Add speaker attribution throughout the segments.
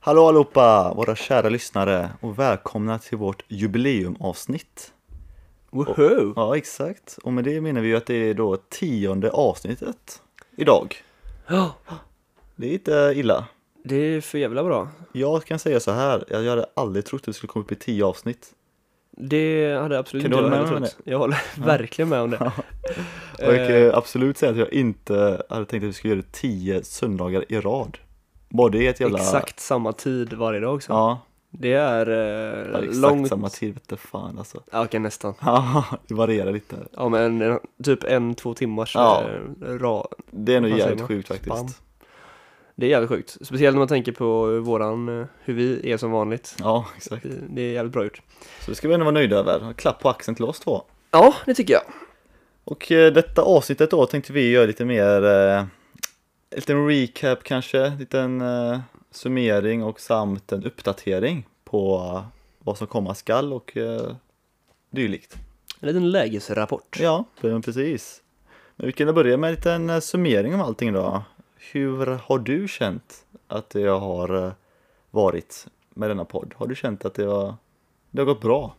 Speaker 1: Hallå allihopa, våra kära lyssnare och välkomna till vårt jubileumavsnitt.
Speaker 2: Woho!
Speaker 1: Ja, exakt. Och med det menar vi ju att det är då tionde avsnittet idag.
Speaker 2: Ja,
Speaker 1: Det är inte illa.
Speaker 2: det är för jävla bra.
Speaker 1: Jag kan säga så här, jag hade aldrig trott att vi skulle komma upp i tio avsnitt.
Speaker 2: Det hade absolut
Speaker 1: Kan du
Speaker 2: inte
Speaker 1: hålla
Speaker 2: jag
Speaker 1: med om
Speaker 2: trott. Jag håller verkligen med om det.
Speaker 1: Och jag kan ju
Speaker 2: Eh.
Speaker 1: absolut säga att jag inte hade tänkt att vi skulle göra det tio söndagar i rad. Bara det är ett jävla...
Speaker 2: Exakt samma tid varje dag också.
Speaker 1: Ja,
Speaker 2: Det är
Speaker 1: ja,
Speaker 2: eh,
Speaker 1: exakt
Speaker 2: långt...
Speaker 1: samma tid vete fan alltså.
Speaker 2: Ja, okej, nästan.
Speaker 1: Ja, det varierar lite. här.
Speaker 2: Ja, men eh, typ en, två timmars
Speaker 1: Ja.
Speaker 2: ja. ra...
Speaker 1: Det är nog
Speaker 2: Vad säger
Speaker 1: jävligt
Speaker 2: man?
Speaker 1: sjukt faktiskt.
Speaker 2: Spann. Det är jävligt sjukt. Speciellt när man tänker på hur våran, eh, hur vi är som vanligt.
Speaker 1: Ja, exakt.
Speaker 2: Det- Det är jävligt bra gjort.
Speaker 1: Så det ska vi ändå vara nöjda över. Klapp på axeln till oss två.
Speaker 2: Ja, det tycker jag.
Speaker 1: Och eh, detta avsnittet då tänkte vi göra lite mer, eh, en liten recap kanske, en liten eh, summering och samt en uppdatering på eh, vad som komma skall och eh, dylikt.
Speaker 2: En liten lägesrapport.
Speaker 1: Ja, men precis. Men vi kan börja med en liten eh, summering av allting då. Hur har du känt att det har eh, varit med denna podd? Har du känt att det, var, det har gått bra?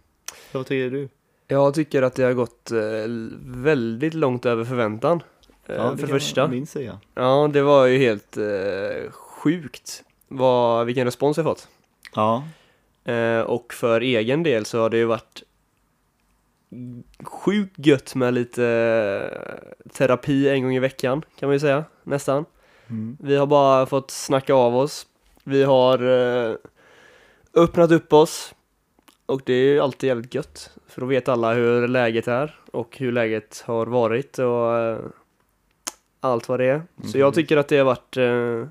Speaker 1: Vad tycker
Speaker 2: Eh,
Speaker 1: du?
Speaker 2: Jag tycker att det har gått eh, väldigt långt över förväntan. Eh,
Speaker 1: Ja,
Speaker 2: för det
Speaker 1: kan
Speaker 2: första.
Speaker 1: Min säga.
Speaker 2: Ja, det var ju helt eh, sjukt vad, vilken respons jag fått.
Speaker 1: Ja,
Speaker 2: Eh, och för egen del så har det ju varit sjukt gött med lite eh, terapi en gång i veckan kan man ju säga, nästan.
Speaker 1: Mm.
Speaker 2: Vi har bara fått snacka av oss. Vi har eh, öppnat upp oss. Och det är ju alltid jävligt gött. För då vet alla hur läget är och hur läget har varit och eh, allt vad det är. Så jag tycker att det har varit eh,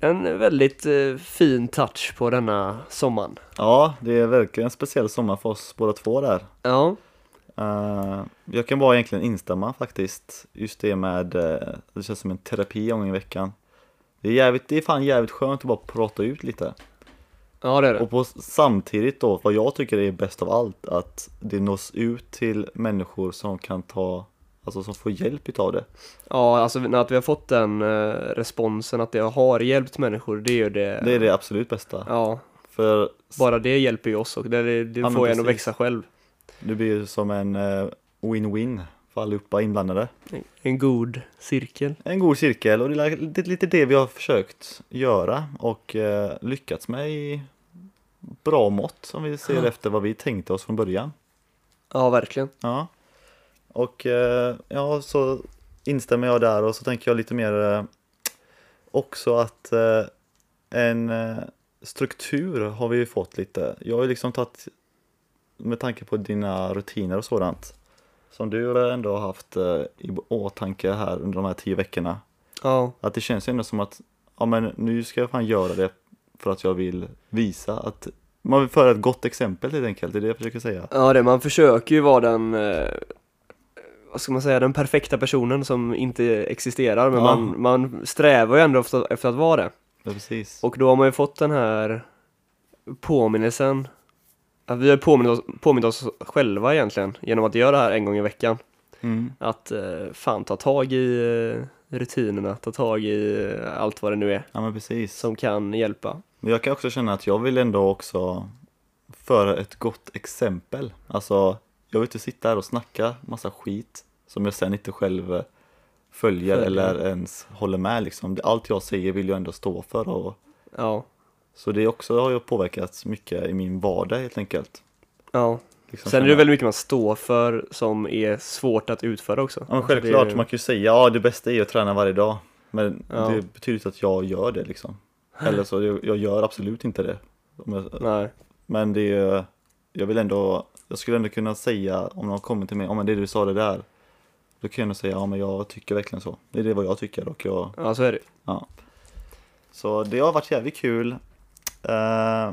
Speaker 2: en väldigt eh, fin touch på denna sommaren.
Speaker 1: Ja, det är verkligen en speciell sommar för oss båda två där.
Speaker 2: Ja,
Speaker 1: Eh, jag kan bara egentligen instämma faktiskt. Just det med, eh, det känns som en terapi en gång i veckan. Det är, jävligt, det är fan jävligt skönt att bara prata ut lite.
Speaker 2: ja det är det.
Speaker 1: Och på, samtidigt då, vad jag tycker är bäst av allt, att det nås ut till människor som kan ta, alltså som får hjälp utav det.
Speaker 2: Ja, alltså när att vi har fått den eh, responsen att det har hjälpt människor, det är ju det.
Speaker 1: Det är det absolut bästa.
Speaker 2: Ja,
Speaker 1: För
Speaker 2: bara det hjälper ju oss och det, det, det
Speaker 1: Ja, men
Speaker 2: får en att
Speaker 1: precis.
Speaker 2: växa själv.
Speaker 1: det blir ju som en eh, win-win för allihopa inblandade.
Speaker 2: En god cirkel.
Speaker 1: En god cirkel och det är lite- lite det vi har försökt göra och eh, lyckats med i bra mått om vi ser efter vad vi tänkte oss från början.
Speaker 2: Ja, verkligen.
Speaker 1: Ja. Och eh, ja, så instämmer jag där och så tänker jag lite mer eh, också att eh, en eh, struktur har vi ju fått lite. Jag har ju liksom tagit med tanke på dina rutiner och sådant som du ändå har haft eh, i åtanke här under de här tio veckorna.
Speaker 2: Ja,
Speaker 1: Att det känns ju ändå som att ja, men nu ska jag fan göra det för att jag vill visa att man vill föra ett gott exempel helt enkelt, det är det jag försöker säga.
Speaker 2: ja det, man försöker ju vara den, eh, vad ska man säga, den perfekta personen som inte existerar, men
Speaker 1: Ja.
Speaker 2: man, man strävar ju ändå efter, efter att vara det.
Speaker 1: Ja, precis.
Speaker 2: Och då har man ju fått den här påminnelsen, att vi har påmint oss, påmint oss själva egentligen, genom att göra det här en gång i veckan.
Speaker 1: Mm.
Speaker 2: Att eh, fan ta tag i eh, rutinerna, ta tag i eh, allt vad det nu är
Speaker 1: Ja men precis.
Speaker 2: som kan hjälpa.
Speaker 1: Men jag kan också känna att jag vill ändå också föra ett gott exempel. Alltså, jag vill inte sitta här och snacka massa skit som jag sen inte själv eh, följer
Speaker 2: Följer.
Speaker 1: eller ens håller med liksom. Det- Allt jag säger vill jag ändå stå för och
Speaker 2: Ja,
Speaker 1: så det också har ju påverkat mycket i min vardag helt enkelt.
Speaker 2: ja.
Speaker 1: Liksom
Speaker 2: Sen är det
Speaker 1: känna-
Speaker 2: väldigt mycket man står för som är svårt att utföra också.
Speaker 1: Ja, men
Speaker 2: Alltså,
Speaker 1: självklart,
Speaker 2: det är-
Speaker 1: man kan ju säga ja det bästa är att träna varje dag. Men
Speaker 2: Ja.
Speaker 1: det betyder inte att jag gör det liksom. Eller så, jag, jag gör absolut inte det. Om jag,
Speaker 2: Nej,
Speaker 1: men det är, jag vill ändå, jag skulle ändå kunna säga om någon kommer till mig, ja men det du sa det där. Då kan jag ändå säga, ja men jag tycker verkligen så. Det är det vad jag tycker och jag,
Speaker 2: ja så är det.
Speaker 1: ja. Så det har varit jävligt kul. Eh,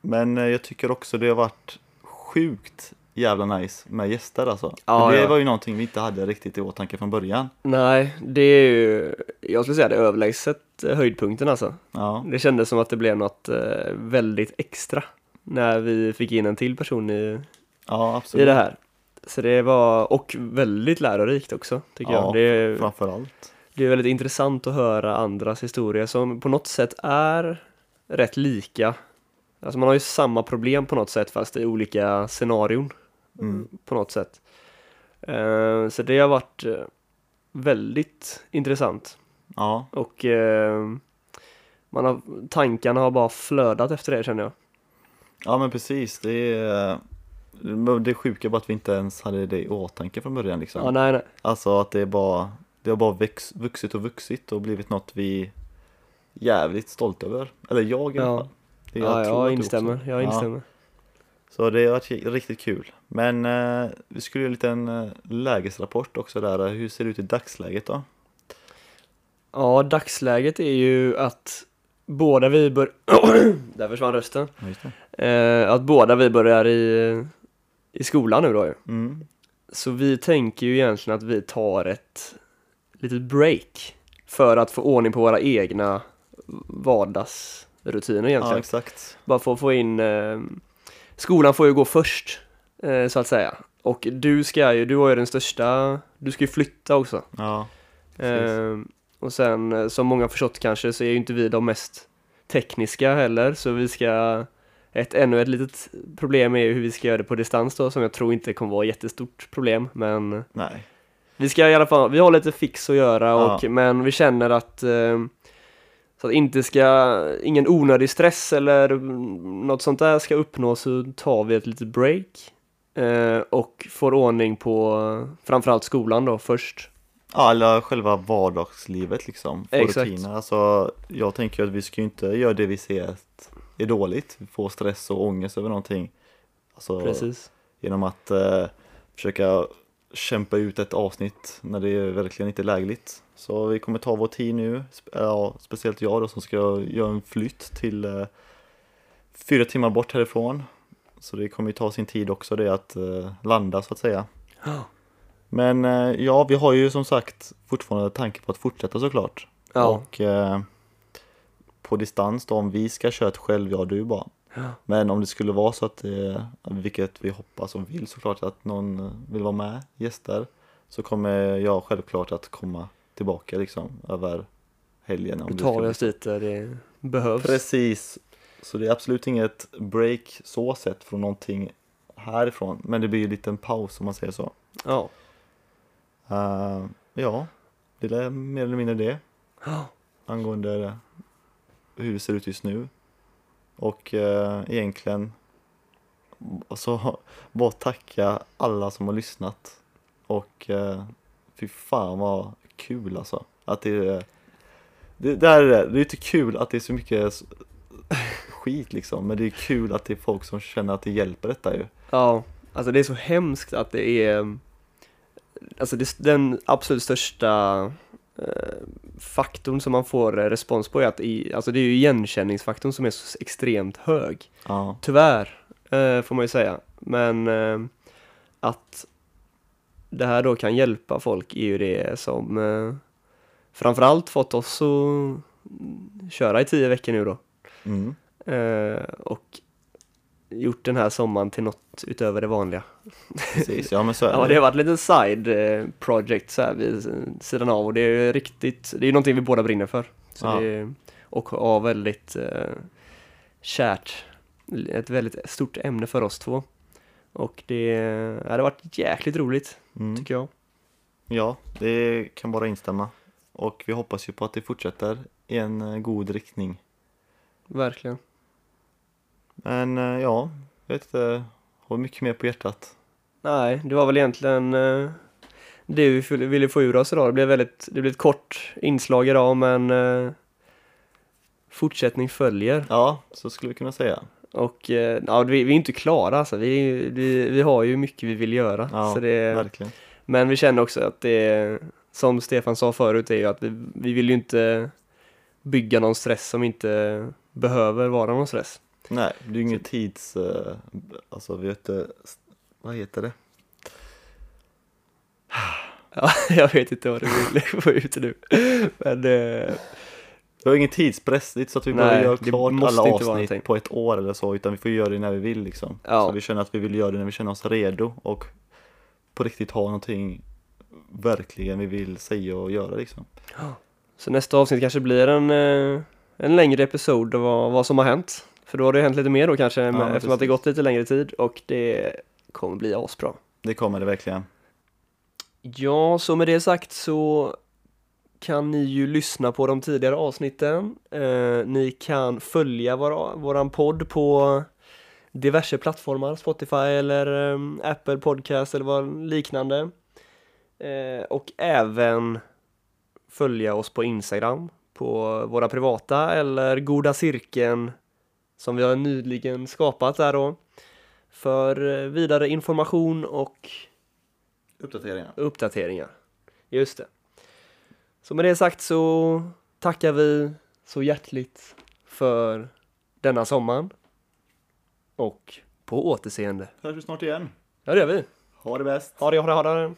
Speaker 1: men jag tycker också det har varit sjukt jävla nice med gäster alltså.
Speaker 2: Ja,
Speaker 1: det
Speaker 2: ja.
Speaker 1: var ju någonting vi inte hade riktigt i åtanke från början.
Speaker 2: Nej, det är ju, jag skulle säga det är överlägset eh, höjdpunkten alltså.
Speaker 1: Ja,
Speaker 2: Det kändes som att det blev något eh, väldigt extra när vi fick in en till person i,
Speaker 1: ja
Speaker 2: i
Speaker 1: absolut.
Speaker 2: det här. Så det var, och väldigt lärorikt också tycker
Speaker 1: Ja,
Speaker 2: jag. Det är,
Speaker 1: Framförallt.
Speaker 2: det är väldigt intressant att höra andras historier som på något sätt är rätt lika. Alltså man har ju samma problem på något sätt fast i olika scenarion
Speaker 1: Mm.
Speaker 2: på något sätt. Eh, Så det har varit eh, väldigt intressant
Speaker 1: Ja,
Speaker 2: och eh, man har, tankarna har bara flödat efter det känner jag.
Speaker 1: ja men precis. Det är, men det sjuka är bara att vi inte ens hade det i åtanke från början liksom.
Speaker 2: Ja, nej, nej.
Speaker 1: Alltså att det är bara, det har bara väx, vuxit och vuxit och blivit något vi är jävligt stolta över. Eller jag i alla
Speaker 2: Ja.
Speaker 1: fall. Det-
Speaker 2: Ja,
Speaker 1: tror att
Speaker 2: jag
Speaker 1: du
Speaker 2: instämmer.
Speaker 1: också.
Speaker 2: Jag
Speaker 1: Ja.
Speaker 2: instämmer.
Speaker 1: Så det har varit riktigt kul. Men eh, vi skulle göra en liten eh, lägesrapport också där. Hur ser det ut i dagsläget då?
Speaker 2: Ja, dagsläget är ju att båda vi bör... Där försvann rösten.
Speaker 1: Ja, just det.
Speaker 2: Eh, att båda vi börjar i, i skolan nu då ju.
Speaker 1: Mm.
Speaker 2: Så vi tänker ju egentligen att vi tar ett litet break för att få ordning på våra egna vardagsrutiner
Speaker 1: Ja,
Speaker 2: egentligen.
Speaker 1: exakt.
Speaker 2: Bara för att få in... Eh, skolan får ju gå först, eh, så att säga. Och du ska ju, du har ju den största, du ska ju flytta också.
Speaker 1: Ja, Precis.
Speaker 2: Ehm, och sen eh, som många förstått kanske så är ju inte vi de mest tekniska heller så vi ska ett, ännu ett litet problem är ju hur vi ska göra det på distans då som jag tror inte kommer vara ett jättestort problem men
Speaker 1: nej.
Speaker 2: vi ska i alla fall, vi har lite fix att göra
Speaker 1: Ja.
Speaker 2: och men vi känner att ehm, så att inte ska, ingen onödig stress eller mm, något sånt där ska uppnås så tar vi ett litet break eh, och får ordning på eh, framförallt skolan då först
Speaker 1: Ja, eller själva vardagslivet liksom. Få
Speaker 2: Exakt.
Speaker 1: rutiner. Alltså, jag tänker ju att vi ska ju inte göra det vi ser att är dåligt. Få stress och ångest över någonting. Alltså,
Speaker 2: precis
Speaker 1: genom att eh, försöka kämpa ut ett avsnitt när det är verkligen inte är lägligt. Så vi kommer ta vår tid nu, sp- ja, speciellt jag då som ska göra en flytt till eh, fyra timmar bort härifrån. Så det kommer ju ta sin tid också det att eh, landa så att säga.
Speaker 2: Ja.
Speaker 1: Men eh, ja, vi har ju som sagt fortfarande tanke på att fortsätta såklart. Och eh, på distans då, om vi ska köra ett själv, ja du bara.
Speaker 2: Ja.
Speaker 1: Men om det skulle vara så att det, vilket vi hoppas och vill såklart, att någon eh, vill vara med, gäster, så kommer jag självklart att komma tillbaka liksom över helgen. Om
Speaker 2: Då
Speaker 1: det
Speaker 2: tar
Speaker 1: ska
Speaker 2: vi
Speaker 1: bli-
Speaker 2: oss dit där det behövs.
Speaker 1: Precis, så det är absolut inget break så sett från någonting härifrån, men det blir ju en liten paus om man säger så.
Speaker 2: Ja.
Speaker 1: Eh, ja, det är mer eller mindre det. angående hur det ser ut just nu. Och eh, egentligen så bara tacka alla som har lyssnat. Och eh, fy fan vad kul alltså. Att det är, det, det, här är det. det är inte kul att det är så mycket s- skit liksom. Men det är kul att det är folk som känner att det hjälper detta ju.
Speaker 2: ja, alltså det är så hemskt att det är alltså det, den absolut största eh, faktorn som man får eh, respons på är att i, alltså det är ju igenkänningsfaktorn som är så extremt hög.
Speaker 1: Ja,
Speaker 2: Tyvärr, eh, får man ju säga. Men eh, att det här då kan hjälpa folk är ju det som eh, framförallt fått oss att köra i tio veckor nu då.
Speaker 1: mm.
Speaker 2: Eh, och gjort den här sommaren till något utöver det vanliga.
Speaker 1: precis. Ja men så är
Speaker 2: Ja, det har varit lite side eh, project så här vid eh, sidan av och det är ju riktigt, det är ju någonting vi båda brinner för. Så
Speaker 1: Ja.
Speaker 2: det är, och har väldigt eh, kärt, ett väldigt stort ämne för oss två. Och det, ja, det har varit jäkligt roligt
Speaker 1: Mm.
Speaker 2: tycker jag.
Speaker 1: Ja, det kan bara instämma. Och vi hoppas ju på att det fortsätter i en eh, god riktning.
Speaker 2: Verkligen.
Speaker 1: Men eh, ja, jag vet inte, har mycket mer på hjärtat.
Speaker 2: Nej, det var väl egentligen eh, det vi fyll- ville få ur oss idag. Det blev, väldigt, det blev ett kort inslag idag, men eh, fortsättning följer.
Speaker 1: Ja, så skulle vi kunna säga.
Speaker 2: Och eh, ja, vi, vi är inte klara alltså. Vi, vi, vi har ju mycket vi vill göra.
Speaker 1: Ja,
Speaker 2: så det,
Speaker 1: verkligen.
Speaker 2: men vi känner också att det, är- som Stefan sa förut, är ju att vi, vi vill ju inte bygga någon stress som inte behöver vara någon stress.
Speaker 1: Nej, det är ju ingen tids... eh, Alltså, vi har inte... Vad heter det?
Speaker 2: Ja, jag vet inte vad du vill få ut nu. Men eh,
Speaker 1: Vi har ingen tidspress, det är inte så att vi
Speaker 2: Nej,
Speaker 1: behöver göra
Speaker 2: det
Speaker 1: klart
Speaker 2: måste
Speaker 1: alla
Speaker 2: inte vara någonting.
Speaker 1: avsnitt på ett år eller så, utan vi får göra det när vi vill liksom.
Speaker 2: Ja.
Speaker 1: Så vi känner att vi vill göra det när vi känner oss redo och på riktigt ha någonting verkligen vi vill säga och göra liksom.
Speaker 2: Så nästa avsnitt kanske blir en eh, en längre episod av vad, vad som har hänt. För då har det hänt lite mer då kanske, med,
Speaker 1: men
Speaker 2: eftersom att det gått lite längre tid och det kommer bli asbra.
Speaker 1: Det kommer det verkligen.
Speaker 2: Ja, så med det sagt så kan ni ju lyssna på de tidigare avsnitten. Eh, ni kan följa vår, våran podd på diverse plattformar, Spotify eller eh, Apple Podcast eller vad liknande. Eh, och även följa oss på Instagram, på våra privata eller Goda Cirkeln som vi har nyligen skapat där då. För eh, vidare information och
Speaker 1: Uppdateringar.
Speaker 2: uppdateringar. Just det. Så med det sagt så tackar vi så hjärtligt för denna sommaren. Och på återseende.
Speaker 1: Hörs vi snart igen.
Speaker 2: Ja, det gör vi.
Speaker 1: Ha det bäst.
Speaker 2: Ha det, ha det, ha det.